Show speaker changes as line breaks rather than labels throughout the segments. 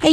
Hey,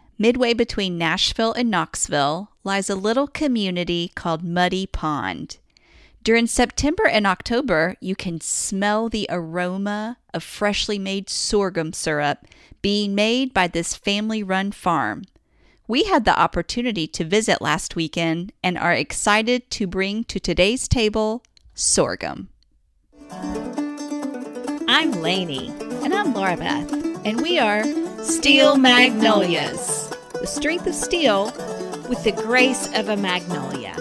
midway between Nashville and Knoxville, lies a little community called Muddy Pond. During September and October, you can smell the aroma of freshly made sorghum syrup being made by this family run farm. We had the opportunity to visit last weekend and are excited to bring to today's table sorghum. I'm Lainey. And I'm Laura Beth. And we are
Steel Magnolias.
The strength of steel
with the grace of a magnolia.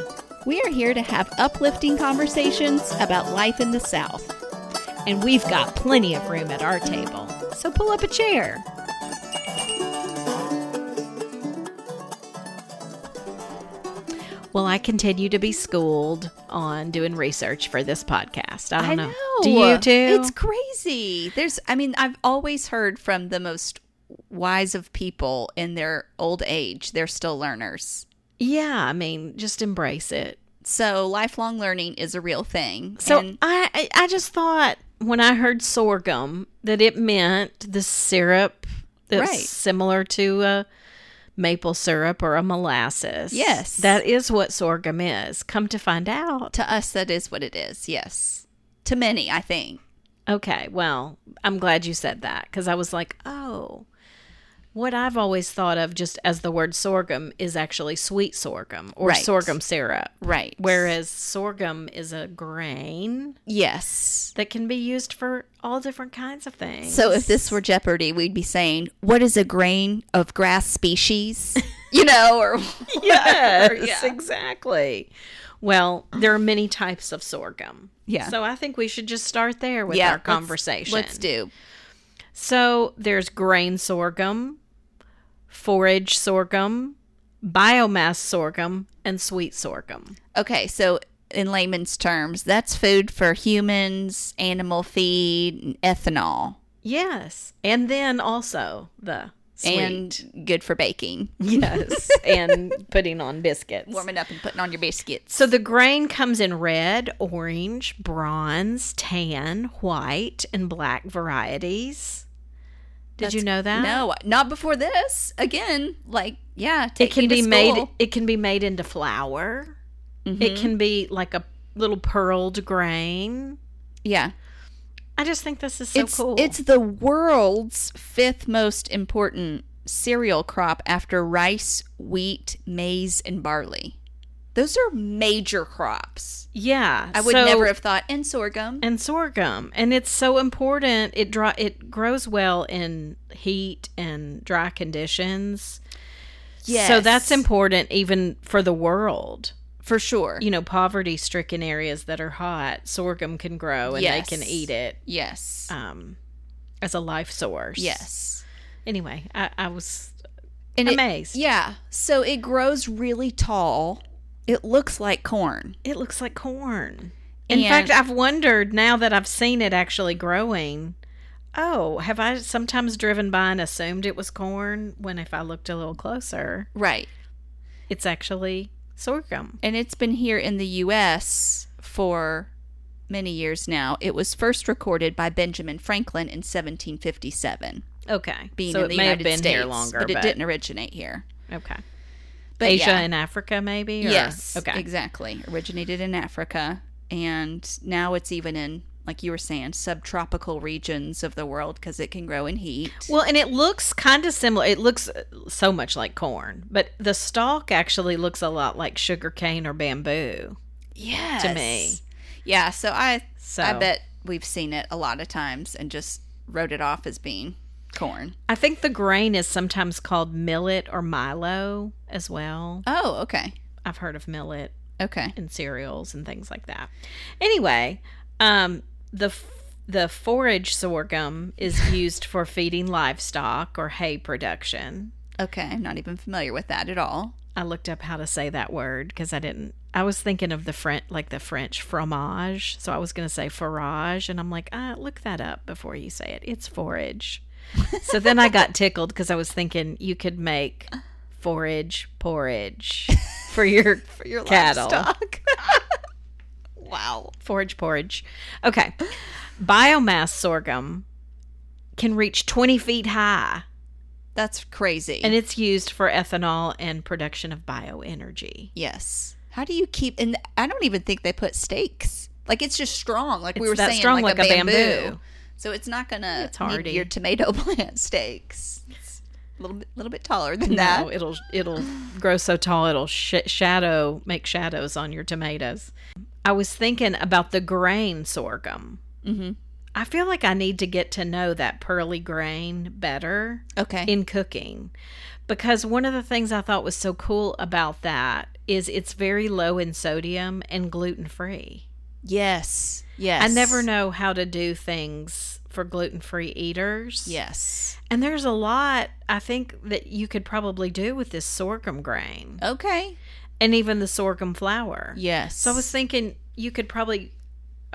We are here to have uplifting conversations about life in the South.
And we've got plenty of room at our table. So pull up a chair. Well, I continue to be schooled on doing research for this podcast. I don't know. Do you too?
It's crazy. There's, I mean, I've always heard from the most wise of people in their old age, they're still learners.
yeah, I mean, just embrace it.
So lifelong learning is a real thing.
So
and
I I I just thought when I heard sorghum that it meant the syrup that's
Right.
similar to a maple syrup or a molasses.
Yes.
That is what sorghum is. Come to find out.
to us, that is what it is. Yes. To many, I think.
Okay, well, I'm glad you said that because I was like, oh, what I've always thought of just as the word sorghum is actually sweet sorghum or
Right.
sorghum syrup.
Right.
Whereas sorghum is a grain
yes.
that can be used for all different kinds of things.
So if this were Jeopardy, we'd be saying, "What is a grain of grass species?" You know, or
yes,
whatever, yeah.
exactly. Well, there are many types of sorghum.
Yeah.
So I think we should just start there with our
let's-
conversation.
Let's, do
So there's grain sorghum, forage sorghum, biomass sorghum, and sweet sorghum.
okay. So in layman's terms, that's food for humans, animal feed, and ethanol,
Yes. And then also the sweet.
and good for baking,
yes, and putting on biscuits.
warming up and putting on your biscuits.
So the grain comes in red, orange, bronze, tan, white, and black varieties. Did you
That's-
know that?
No, not before this. Again, like yeah,
It
take
can
you to
be made
school. Mm-hmm.
it can be made into flour. It can be like a little pearled grain.
Yeah,
I just think this is so
it's
cool.
it's the world's fifth most important cereal crop after rice, wheat, maize, and barley. Those are major crops.
yeah.
I would
so-
never have thought and sorghum.
and sorghum and it's so important it dry, it grows well in heat and dry conditions so
Yes.
that's important even for the world
for sure.
you know poverty stricken areas that are hot sorghum can grow and they can
Yes.
eat it
yes.
um as a life source
yes.
anyway i, I was
And it-
amazed
yeah. So it grows really tall. It looks like corn.
it looks like corn in
And-
fact i've wondered now that i've seen it actually growing oh have i sometimes driven by and assumed it was corn when if i looked a little closer
Right.
it's actually sorghum
and it's been here in the US for many years now. It was first recorded by Benjamin Franklin in 1757,
okay
being
so
in
it
the
may
United
have been
States,
here longer
but it didn't originate here.
okay
But
asia
yeah.
and africa maybe or-
yes,
okay
exactly. Originated in Africa and now it's even in like you were saying, subtropical regions of the world because it can grow in heat.
Well, and it looks kind of similar. It looks uh, so much like corn, but the stalk actually looks a lot like sugar cane or bamboo.
yes.
me.
Yeah, so I
So
I bet we've seen it a lot of times and just wrote it off as being corn.
I think the grain is sometimes called millet or milo as well.
Oh, okay.
I've heard of millet
Okay.
and cereals and things like that. Anyway, um, the f- the forage sorghum is used for feeding livestock or hay production.
Okay. I'm not even familiar with that at all.
I looked up how to say that word because I didn't. I was thinking of the French, like the French fromage. So I was going to say forage, and I'm like, ah, look that up before you say it. It's forage. so then I got tickled because I was thinking you could make forage porridge for your for
your
cattle.
livestock. wow.
Forage porridge. Okay, biomass sorghum can reach 20 feet high,
That's crazy.
and it's used for ethanol and production of bioenergy.
yes. How do you keep and I don't even think they put stakes. Like it's just strong. Like we
It's
were
that
saying
strong
like,
like
a
a
bamboo.
bamboo.
So it's not going to
It's
need
hardy.
your tomato plant stakes. It's a little bit little bit taller than that.
No, it'll it'll grow so tall it'll sh- shadow make shadows on your tomatoes. I was thinking about the grain sorghum.
Mhm.
I feel like I need to get to know that pearly grain better
Okay.
in cooking because one of the things I thought was so cool about that is it's very low in sodium and gluten free.
yes. Yes.
I never know how to do things for gluten free eaters.
Yes.
And there's a lot I think that you could probably do with this sorghum grain
Okay.
and even the sorghum flour.
Yes.
So I was thinking you could probably.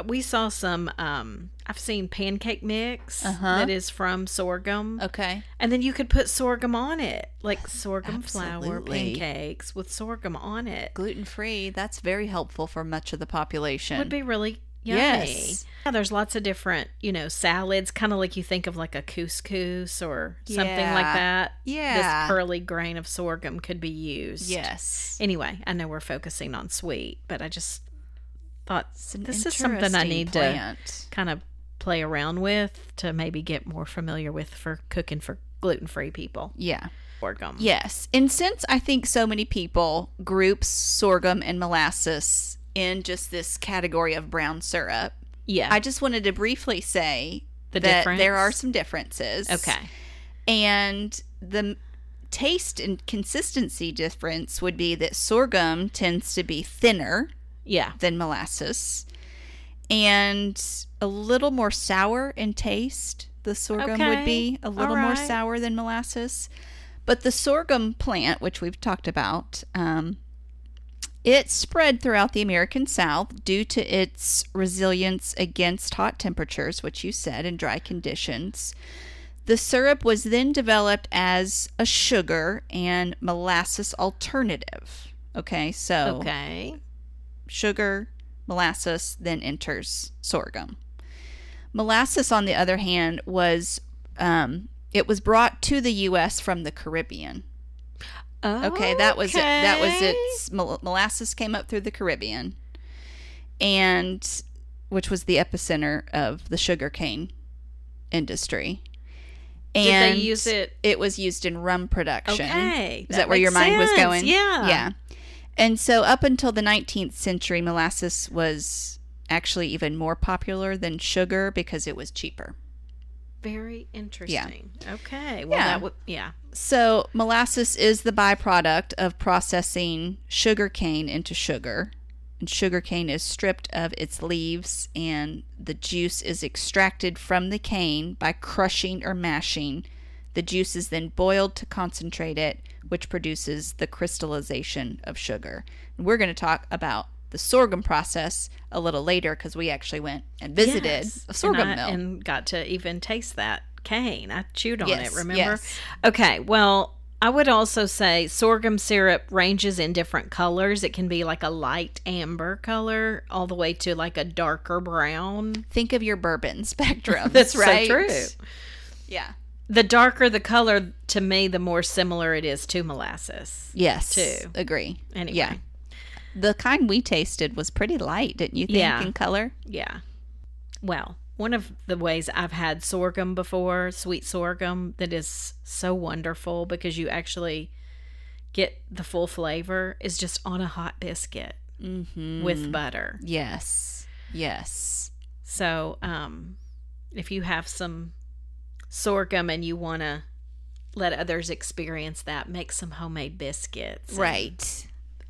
We saw some. Um, I've seen pancake mix
Uh-huh.
that is from sorghum,
Okay.
and then you could put sorghum on it, like sorghum flour
Absolutely.
pancakes with sorghum on it.
Gluten free, that's very helpful for much of the population.
Would be really yummy.
Yes.
Yeah, there's lots of different, you know, salads, kind of like you think of like a couscous or something like
Yeah.
that.
Yeah.
This pearly grain of sorghum could be used.
yes.
Anyway, I know we're focusing on sweet, but I just thought
It's an
this is something I
interesting
need to
plant.
kind of play around with to maybe get more familiar with for cooking for gluten free people.
Yeah.
Sorghum.
Yes. And since I think so many people group sorghum and molasses in just this category of brown syrup,
Yeah.
I just wanted to briefly say
The
that
difference?
there are some differences.
okay.
And the m- taste and consistency difference would be that sorghum tends to be thinner
Yeah.
than molasses and a little more sour in taste. The sorghum would
Okay.
be a
All
little more
right.
sour than molasses. But the sorghum plant, which we've talked about, um, it spread throughout the American South due to its resilience against hot temperatures, which you said, and dry conditions. The syrup was then developed as a sugar and molasses alternative. Okay, so
Okay.
sugar, molasses, then enters sorghum. Molasses, on the other hand, was um, it was brought to the U.S. from the Caribbean. Okay, that was it. That was
Okay.
its mol- molasses came up through the Caribbean, and which was the epicenter of the sugarcane industry.
Did
And
they use it?
It was used in rum production.
Okay.
Is that, where your
makes
mind was
sense.
going?
Yeah.
Yeah. And so up until the 19th century, molasses was actually even more popular than sugar because it was cheaper.
Very interesting. Okay. Well,
Yeah.
that would, yeah.
So molasses is the byproduct of processing sugar cane into sugar. And sugar cane is stripped of its leaves, and the juice is extracted from the cane by crushing or mashing. The juice is then boiled to concentrate it, which produces the crystallization of sugar. And we're going to talk about the sorghum process a little later because we actually went and visited
Yes.
a sorghum
and I-
mill.
and got to even taste that cane. I chewed on
Yes,
it. Remember?
yes.
Okay. Well, I would also say sorghum syrup ranges in different colors. It can be like a light amber color, all the way to like a darker brown.
Think of your bourbon spectrum.
That's
right.
so true.
Yeah.
The darker the color, to me, the more similar it is to molasses.
Yes.
too.
Agree.
Anyway,
Yeah. The kind we tasted was pretty light, didn't you think,
Yeah.
in color?
yeah. well, one of the ways I've had sorghum before, sweet sorghum, that is so wonderful because you actually get the full flavor is just on a hot biscuit
Mm-hmm.
with butter.
yes, yes,
So, um, if you have some sorghum and you want to let others experience that, make some homemade biscuits. and
right.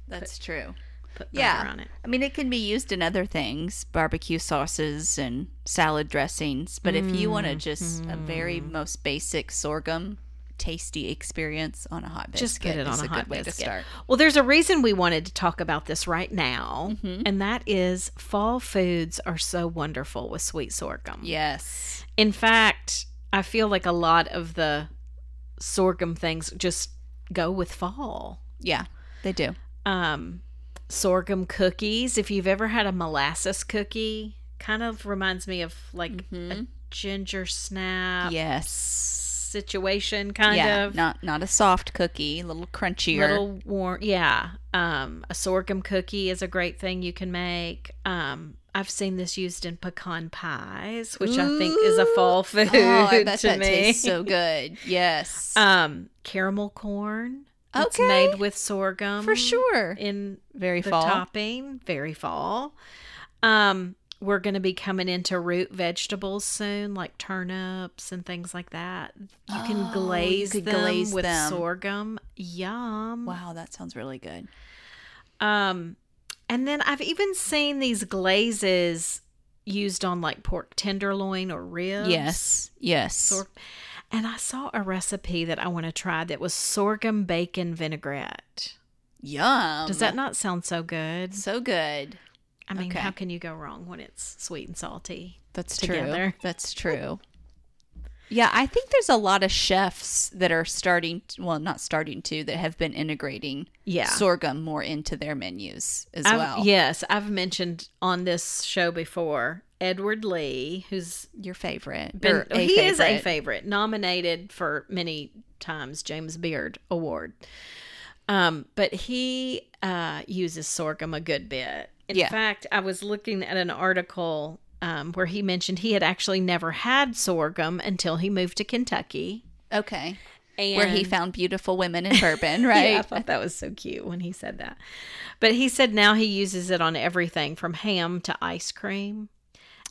That's true.
Put butter
Yeah.
on it.
I mean, it can be used in other things, barbecue sauces and salad dressings. But if you want to just a very
Mm-hmm.
most basic sorghum tasty experience on a hot biscuit,
Just put it on
is
a, hot
good way
biscuit.
to start.
Well, there's a reason we wanted to talk about this right now, and that is fall foods are so wonderful with sweet sorghum.
Yes.
In fact, I feel like a lot of the sorghum things just go with fall.
Yeah, they do.
um, sorghum cookies. If you've ever had a molasses cookie, kind of reminds me of like a
Mhm.
ginger snap
Uh, yes.
situation, kind
yeah,
of
not not a soft cookie, a little crunchier.
little warm. Yeah, um, a sorghum cookie is a great thing you can make. Um, I've seen this used in pecan pies, which I think is a fall food
oh, I bet
to
that
me.
tastes so good. Yes,
um, caramel corn. It's
Okay.
made with sorghum
for sure.
Um, in
Very
the
fall.
topping very fall um we're going to be coming into root vegetables soon like turnips and things like that you
Oh, you
can glaze
could
them
glaze
with
them.
sorghum yum
Wow, that sounds really good.
um and then i've even seen these glazes used on like pork tenderloin or ribs
Yes, yes.
Sor- and i saw a recipe that i want to try that was sorghum bacon vinaigrette
Yum.
does that not sound so good
so good?
I mean,
Okay.
how can you go wrong when it's sweet and salty?
That's
together.
true. That's true. Yeah, I think there's a lot of chefs that are starting, well, not starting to, that have been integrating
Yeah.
sorghum more into their menus as
I've-
well.
Yes, I've mentioned on this show before Edward Lee, who's
Your favorite.
been,
or a
he is a
favorite.
favorite, nominated for many times James Beard Award. Um, but he uh, uses sorghum a good bit. In
Yeah.
fact, I was looking at an article um, where he mentioned he had actually never had sorghum until he moved to Kentucky.
Okay.
And
Where he found beautiful women in bourbon, right?
Yeah, I thought that was so cute when he said that. But he said now he uses it on everything from ham to ice cream.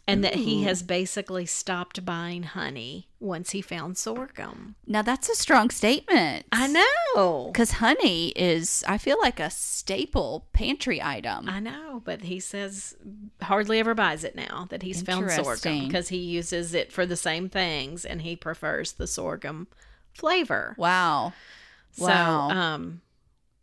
And that he has basically stopped buying honey once he found sorghum.
Now that's a strong statement.
I know.
Because honey is, I feel like a staple pantry item.
I know, but he says hardly ever buys it now that he's found sorghum
Interesting.
because he uses it for the same things and he prefers the sorghum flavor.
Wow. Wow.
So, um,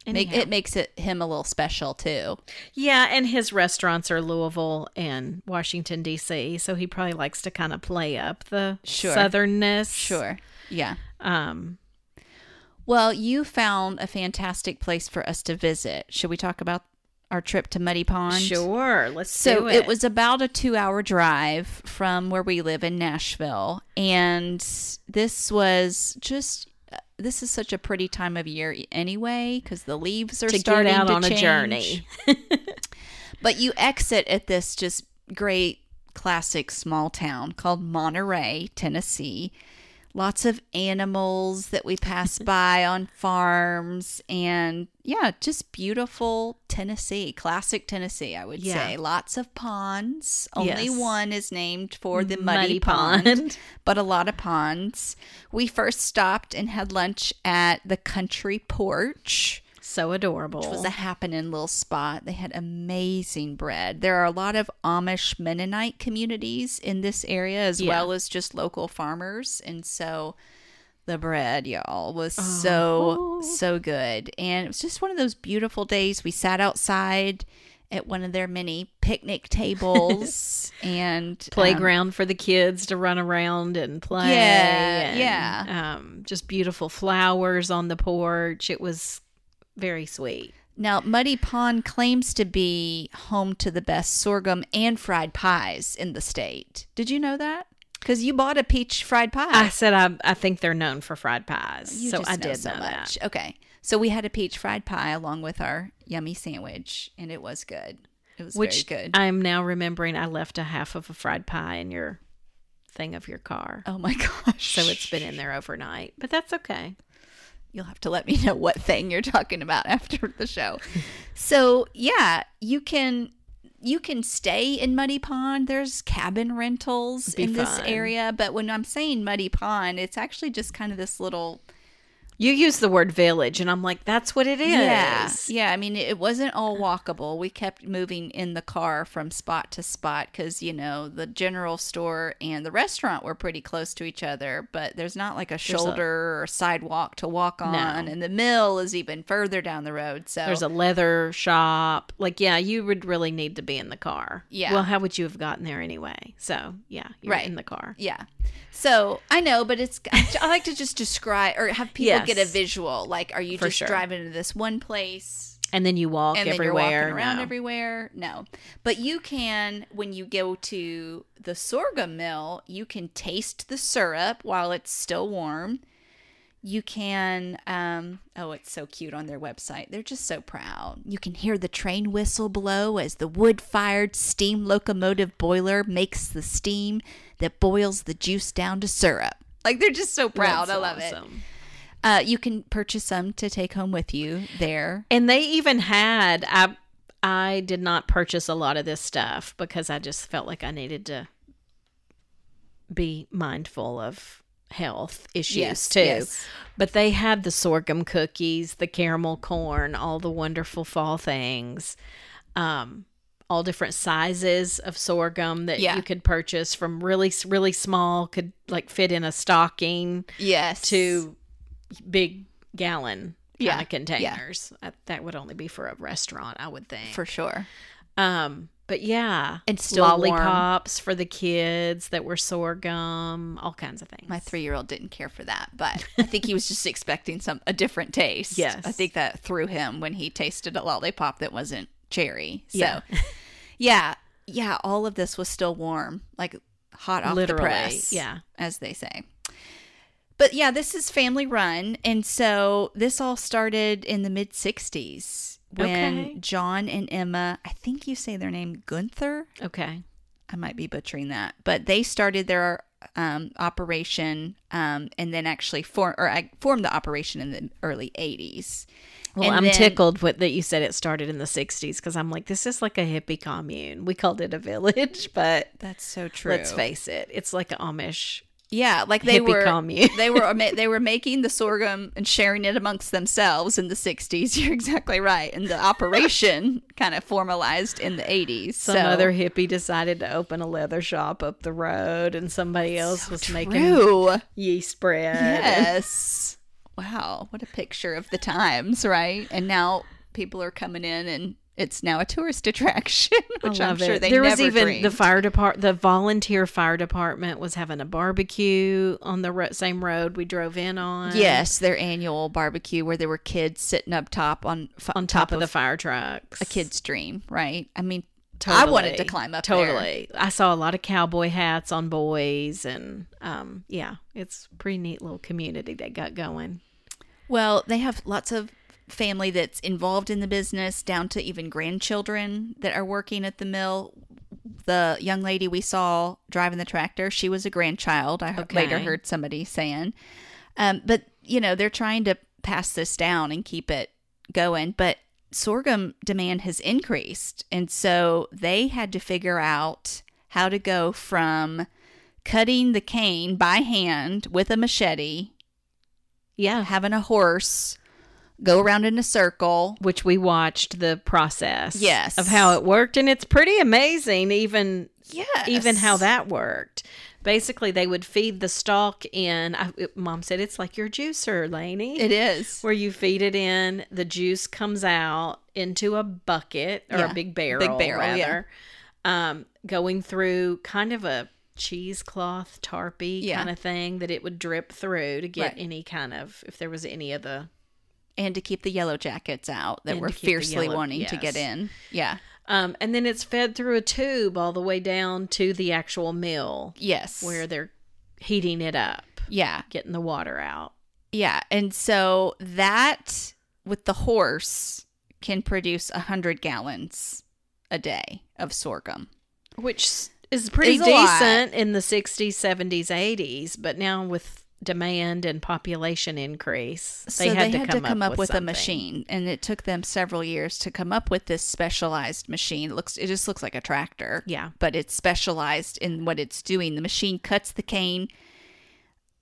Make,
anyhow.
it makes it him a little special too.
Yeah, and his restaurants are Louisville and Washington D.C., so he probably likes to kind of play up the
Sure.
southernness.
Sure. Yeah.
Um,
Well, you found a fantastic place for us to visit. Should we talk about our trip to Muddy Pond?
sure. Let's
So
do
it. was about a two hour drive from where we live in Nashville. And this was just, this is such a pretty time of year anyway, because the leaves are
to get
starting
out
to
on
change.
a journey.
But you exit at this just great classic small town called Monterey, Tennessee. Lots of animals that we pass by on farms and yeah, just beautiful Tennessee, classic Tennessee, I would
Yeah.
say. Lots of ponds. Only
Yes.
one is named for the Muddy,
Muddy
pond,
Pond.
but a lot of ponds. We first stopped and had lunch at the Country Porch
So adorable.
which was a happening little spot. They had amazing bread. There are a lot of Amish Mennonite communities in this area, as
Yeah.
well as just local farmers. And so the bread, y'all, was so, so good. And it was just one of those beautiful days. We sat outside at one of their many picnic tables and um,
playground for the kids to run around and play.
Yeah,
and,
yeah.
Um, just beautiful flowers on the porch. It was very sweet.
Now, Muddy Pond claims to be home to the best sorghum and fried pies in the state. Did you know that? Because you bought a peach fried
I
pie.
said I, I think they're known for fried pies,
You
so
just
I
know
did
so
know
much.
that.
Okay, so we had a peach fried pie along with our yummy sandwich, and it was good. It It was
Which
very good.
I'm now remembering I left a half of a fried pie in your thing of your car.
oh my gosh.
So it's been in there overnight, but that's okay.
You'll have to let me know what thing you're talking about after the show. so yeah, you can you can stay in Muddy Pond. There's cabin rentals
Be
in this
fun.
area, but when I'm saying Muddy Pond, it's actually just kind of this little
You use the word village, and I'm like, that's what it is.
yeah yeah. I mean, it wasn't all walkable. We kept moving in the car from spot to spot because you know the general store and the restaurant were pretty close to each other, but there's not like a shoulder or sidewalk to walk on, and the mill is even further down the road. So
There's a leather shop. Like, yeah, you would really need to be in the car.
Yeah.
Well, how would you have gotten there anyway? So, yeah, you're
Right.
in the car.
Yeah. So I know, but it's I like to just describe or have people
Yes.
get a visual. Like, are you
For
just
sure.
driving to this one place
And then you walk
and then
everywhere.
you're walking around
No.
everywhere? No, but you can when you go to the sorghum mill, you can taste the syrup while it's still warm. You can, um, oh, it's so cute on their website. They're just so proud. You can hear the train whistle blow as the wood fired steam locomotive boiler makes the steam that boils the juice down to syrup. Like, they're just so proud.
That's
I love it.
awesome.
Uh, you can purchase some to take home with you there.
And they even had I I did not purchase a lot of this stuff because I just felt like I needed to be mindful of health issues
Yes,
too.
yes.
But they had the sorghum cookies, the caramel corn, all the wonderful fall things. Um all different sizes of sorghum that
Yeah.
you could purchase from really s- really small could like fit in a stocking
Yes.
to big gallon
Yeah,
kind
yeah.
of containers. I, that would only be for a restaurant, I would think.
for sure.
um, but yeah,
And still warm.
lollipops for the kids that were sorghum, all kinds of things.
My three year old didn't care for that, but I think he was just expecting some a different taste.
Yes.
I think that threw him when he tasted a lollipop that wasn't cherry. So yeah.
Yeah.
yeah. all of this was still warm, like hot off
Literally,
the press.
yeah.
As they say. But yeah, this is family run. And so this all started in the mid sixties when
Okay.
John and Emma, I think you say their name Gunther.
okay.
I might be butchering that, but they started their um, operation um, and then actually form or I formed the operation in the early '80s.
Well,
And
Oh, I'm
then-
tickled with that you said it started in the 60s because I'm like, this is like a hippie commune. We called it a village, but
That's so true.
let's face it, it's like an Amish.
yeah, like they
hippie
were
commune.
they were ma- they were making the sorghum and sharing it amongst themselves in the '60s. You're exactly right, and the operation kind of formalized in the '80s.
Some
so.
other hippie decided to open a leather shop up the road, and somebody else was making
True.
yeast bread.
Yes. Wow. What a picture of the times, right? And now people are coming in and it's now a tourist attraction, which I'm
love
sure
it.
they
there
never
was even
dreamed.
the fire department the volunteer fire department was having a barbecue on the ro- same road we drove in on
Yes, their annual barbecue where there were kids sitting up top on f-
on top, of, the fire trucks
a kid's dream, right? I mean,
totally.
I wanted to climb up there.
totally i saw a lot of cowboy hats on boys and um yeah it's a pretty neat little community they got going
Well, they have lots of family that's involved in the business, down to even grandchildren that are working at the mill. The young lady we saw driving the tractor, she was a grandchild. I he- later
Okay.
heard somebody saying. Um, but, you know, they're trying to pass this down and keep it going. But sorghum demand has increased. And so they had to figure out how to go from cutting the cane by hand with a machete
yeah
having a horse go around in a circle.
which we watched the process
Yes.
of how it worked and it's pretty amazing even
Yes.
even how that worked. Basically, they would feed the stalk in. I, it- Mom said it's like your juicer, Lainey,
it is.
where you feed it in, the juice comes out into a bucket or
Yeah,
a big barrel,
big barrel,
rather,
yeah.
um, going through kind of a cheesecloth tarpy
Yeah.
kind of thing that it would drip through to
Right.
get any kind of if there was any of the
And to keep the yellow jackets out that
And
we're
to keep the
fiercely
yellow-
wanting to get
yes.
in. Yeah.
um, and then it's fed through a tube all the way down to the actual mill
Yes.
where they're heating it up
yeah.
getting the water out.
Yeah. And so that with the horse can produce a hundred gallons a day of sorghum.
which s- is pretty
Is a lot.
decent in the 60s, 70s, 80s, but now with demand and population increase, they
so
had,
they
to,
had
come
to come up, with, a
something.
machine, and it took them several years to come up with this specialized machine. It looks it just looks like a tractor,
Yeah.
but it's specialized in what it's doing. The machine cuts the cane.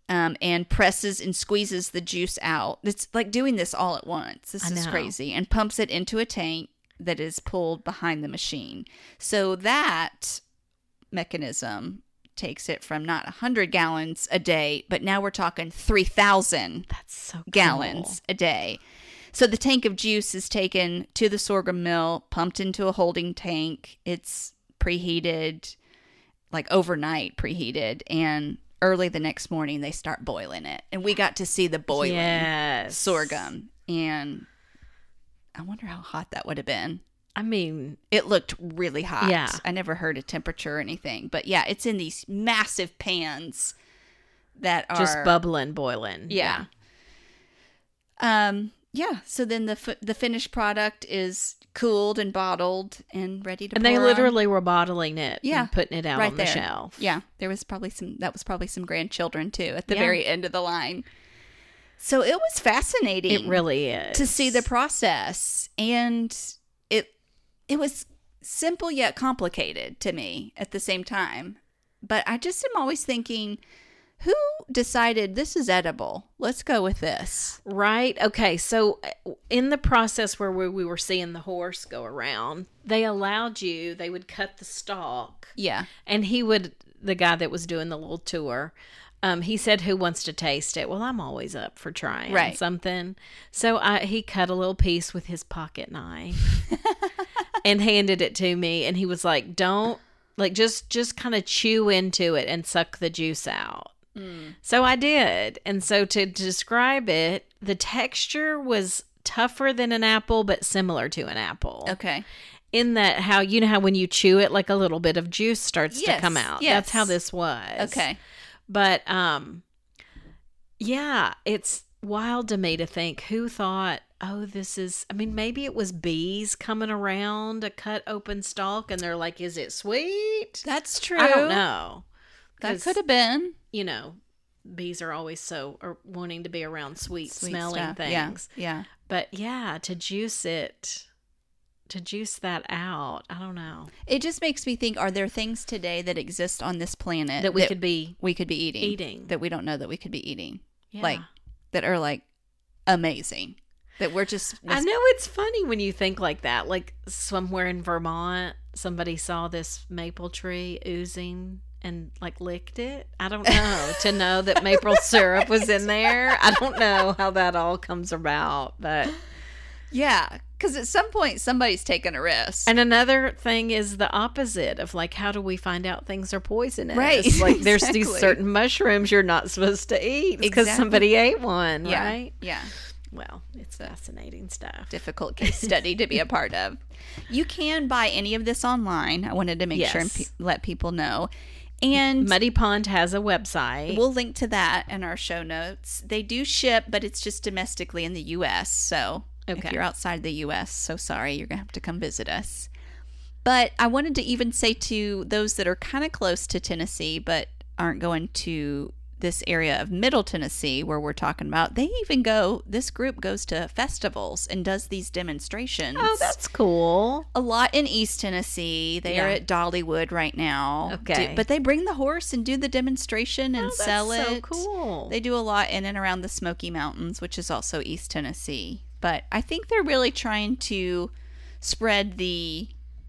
Um, and presses and squeezes the juice out. It's like doing this all at once. This
I
is
know.
crazy. And pumps it into a tank that is pulled behind the machine. So that mechanism takes it from not 100 gallons a day, but now we're talking 3,000
That's so
gallons a day. So the tank of juice is taken to the sorghum mill, pumped into a holding tank. It's preheated, like overnight preheated, and early the next morning they start boiling it. And we got to see the
cool.
boiling
Yes.
sorghum. And I wonder how hot that would have been.
I mean,
It looked really hot.
Yeah.
I never heard a temperature or anything. But yeah, it's in these massive pans that are
just bubbling, boiling.
yeah. Um. Yeah. So then the f- the finished product is cooled and bottled and ready to.
And they
pour on-
literally were bottling it
Yeah,
and putting it out
right
on
there.
the shelf.
Yeah. There was probably some. That was probably some grandchildren too at the
Yeah.
very end of the line. So it was fascinating.
It really is.
Mm. to see the process and it it was simple yet complicated to me at the same time but i just am always thinking who decided this is edible let's go with this
Right. Okay. So, uh, in the process where we, we were seeing the horse go around, they allowed you, they would cut the stalk
yeah
and he would the guy that was doing the little tour um, he said who wants to taste it well i'm always up for trying
Right.
something so I, he cut a little piece with his pocket knife and handed it to me and he was like don't like just just kind of chew into it and suck the juice out
Mm.
so i did and so to describe it the texture was tougher than an apple but similar to an apple
okay
in that how you know how when you chew it like a little bit of juice starts
Yes,
to come out
yes.
that's how this was
okay
but um yeah it's wild to me to think who thought oh this is i mean maybe it was bees coming around a cut open stalk and they're like is it sweet
that's true
i don't know
that
'Cause,
could have been
you know bees are always so or wanting to be around sweet,
Sweet
smelling
stuff.
things
yeah yeah
but yeah to juice it to juice that out i don't know
it just makes me think are there things today that exist on this planet
that we could be
we could be eating
Eating.
that we don't know that we could be eating
yeah.
like that are like amazing that we're just
I know it's funny when you think like that. Like somewhere in Vermont, somebody saw this maple tree oozing and like licked it. I don't know to know that maple syrup was in there. I don't know how that all comes about, but
yeah because at some point somebody's taking a risk
and another thing is the opposite of like how do we find out things are poisonous?
Right,
Like there's these
exactly.
certain mushrooms you're not supposed to eat because
Exactly.
somebody ate one,
yeah
right?
yeah
Well, it's fascinating stuff.
difficult case study to be a part of you can buy any of this online i wanted to make sure and pe-
Yes.
let people know and
Muddy Pond has a website.
we'll link to that in our show notes they do ship but it's just domestically in the us so
Okay.
if you're outside the us so sorry you're gonna have to come visit us But I wanted to even say to those that are kind of close to Tennessee, but aren't going to this area of middle Tennessee where we're talking about, they even go, this group goes to festivals and does these demonstrations.
Oh, that's cool.
a lot in East Tennessee. They are
Yeah.
at Dollywood right now.
Okay.
Do- but they bring the horse and do the demonstration and
Oh, that's
sell it.
So cool.
They do a lot in and around the Smoky Mountains, which is also East Tennessee. But I think they're really trying to spread the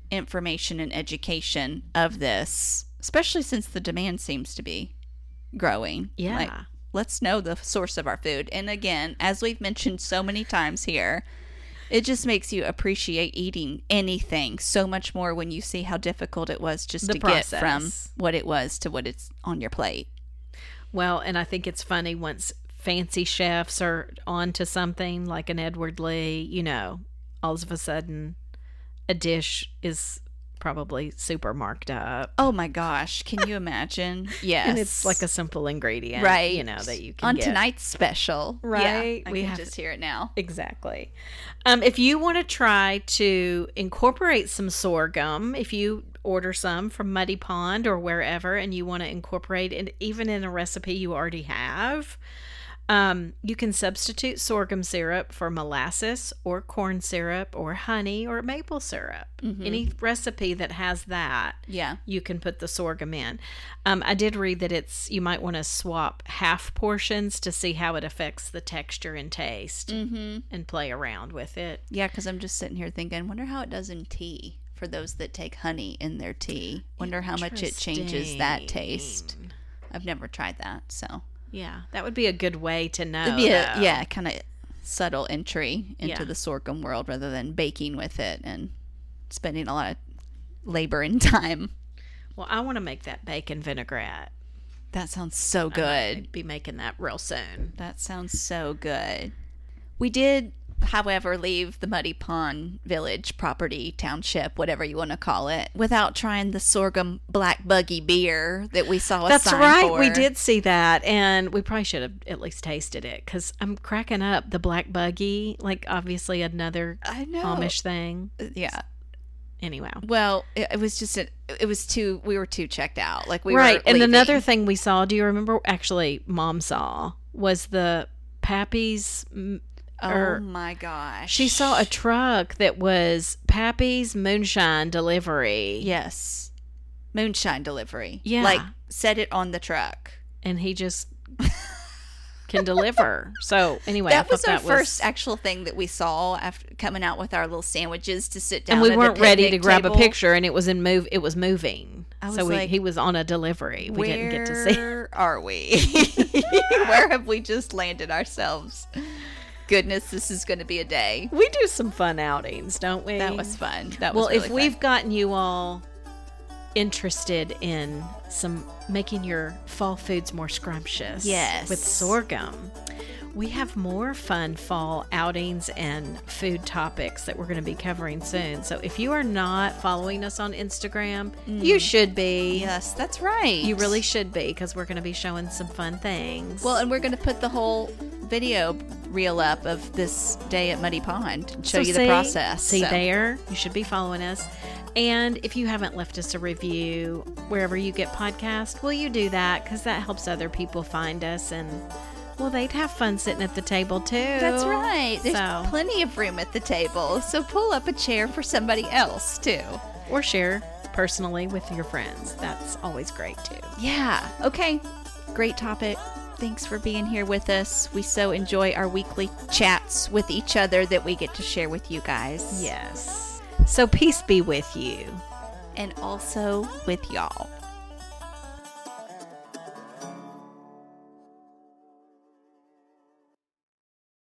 information and education of this, especially since the demand seems to be growing.
yeah.
Like, let's know the source of our food. And again, as we've mentioned so many times here, it just makes you appreciate eating anything so much more when you see how difficult it was just
The
to get from
process.
what it was to what it's on your plate.
well, and I think it's funny once fancy chefs are onto something like an Edward Lee, you know, all of a sudden a dish is probably super marked up.
Oh my gosh, can you imagine? Yes.
And it's like a simple ingredient,
right,
You know that you can
on
get.
tonight's special. Yeah,
Right,
I
we
can
have-
just hear it now.
Exactly. Um, if you want to try to incorporate some sorghum, if you order some from Muddy Pond or wherever, and you want to incorporate it even in a recipe you already have, um, you can substitute sorghum syrup for molasses or corn syrup or honey or maple syrup.
Mhm.
Any recipe that has that
Yeah.
you can put the sorghum in. Um, I did read that it's you might want to swap half portions to see how it affects the texture and taste
Mm-hmm.
and play around with it.
Yeah, because I'm just sitting here thinking, wonder how it does in tea for those that take honey in their tea. Wonder how much it changes that taste.
Interesting.
I've never tried that, so
Yeah, that would be a good way to know.
it'd be a
though.
yeah kind of subtle entry into
Oh, Yeah.
the sorghum world rather than baking with it and spending a lot of labor and time.
Well, I want to make that bacon vinaigrette.
That sounds so
I
good.
might be making that real soon.
That sounds so good. We did, however, leave the Muddy Pond Village property, township, whatever you want to call it, without trying the sorghum black buggy beer that we saw a
That's
sign
right. We
for.
did see that, and we probably should have at least tasted it because I'm cracking up the black buggy. Like obviously another
I know.
Amish thing.
Yeah.
Anyway.
Well, it, it was just a, it was too we were too checked out. Like we
right.
were
And
leaving.
another thing we saw, do you remember? Actually, mom saw was the Pappy's. m-
Oh
or-
my gosh.
er, She saw a truck that was Pappy's moonshine delivery.
yes. Moonshine delivery.
Yeah.
Like set it on the truck.
And he just can deliver. So, anyway, I
that
thought
was our
that
first actual thing that we saw after coming out with our little sandwiches to sit down.
and we
at the
weren't ready to
picnic
grab a
table.
picture, and it was in move. It was moving,
I was
so we,
like,
he was on a delivery. We
Where
didn't get to see.
are we? Where have we just landed ourselves? Goodness, this is going to be a day.
We do some fun outings, don't we?
That was fun. That
well
was really
if
fun.
we've gotten you all interested in some making your fall foods more scrumptious
Yes.
with sorghum we have more fun fall outings and food topics that we're going to be covering soon so if you are not following us on instagram you
Mm.
should be
yes, that's right.
you really should be because we're going to be showing some fun things
well, and we're going to put the whole video reel up of this day at Muddy Pond and show
So
you
see-
the process.
See
So-
there, you should be following us. And if you haven't left us a review wherever you get podcasts, will you do that? Because that helps other people find us, and well, they'd have fun sitting at the table too.
That's right. There's
so,
plenty of room at the table, so pull up a chair for somebody else too.
or share personally with your friends. That's always great too.
Yeah. Okay. Great topic. Thanks for being here with us. We so enjoy our weekly chats with each other that we get to share with you guys.
Yes. So peace be with you.
And also with y'all.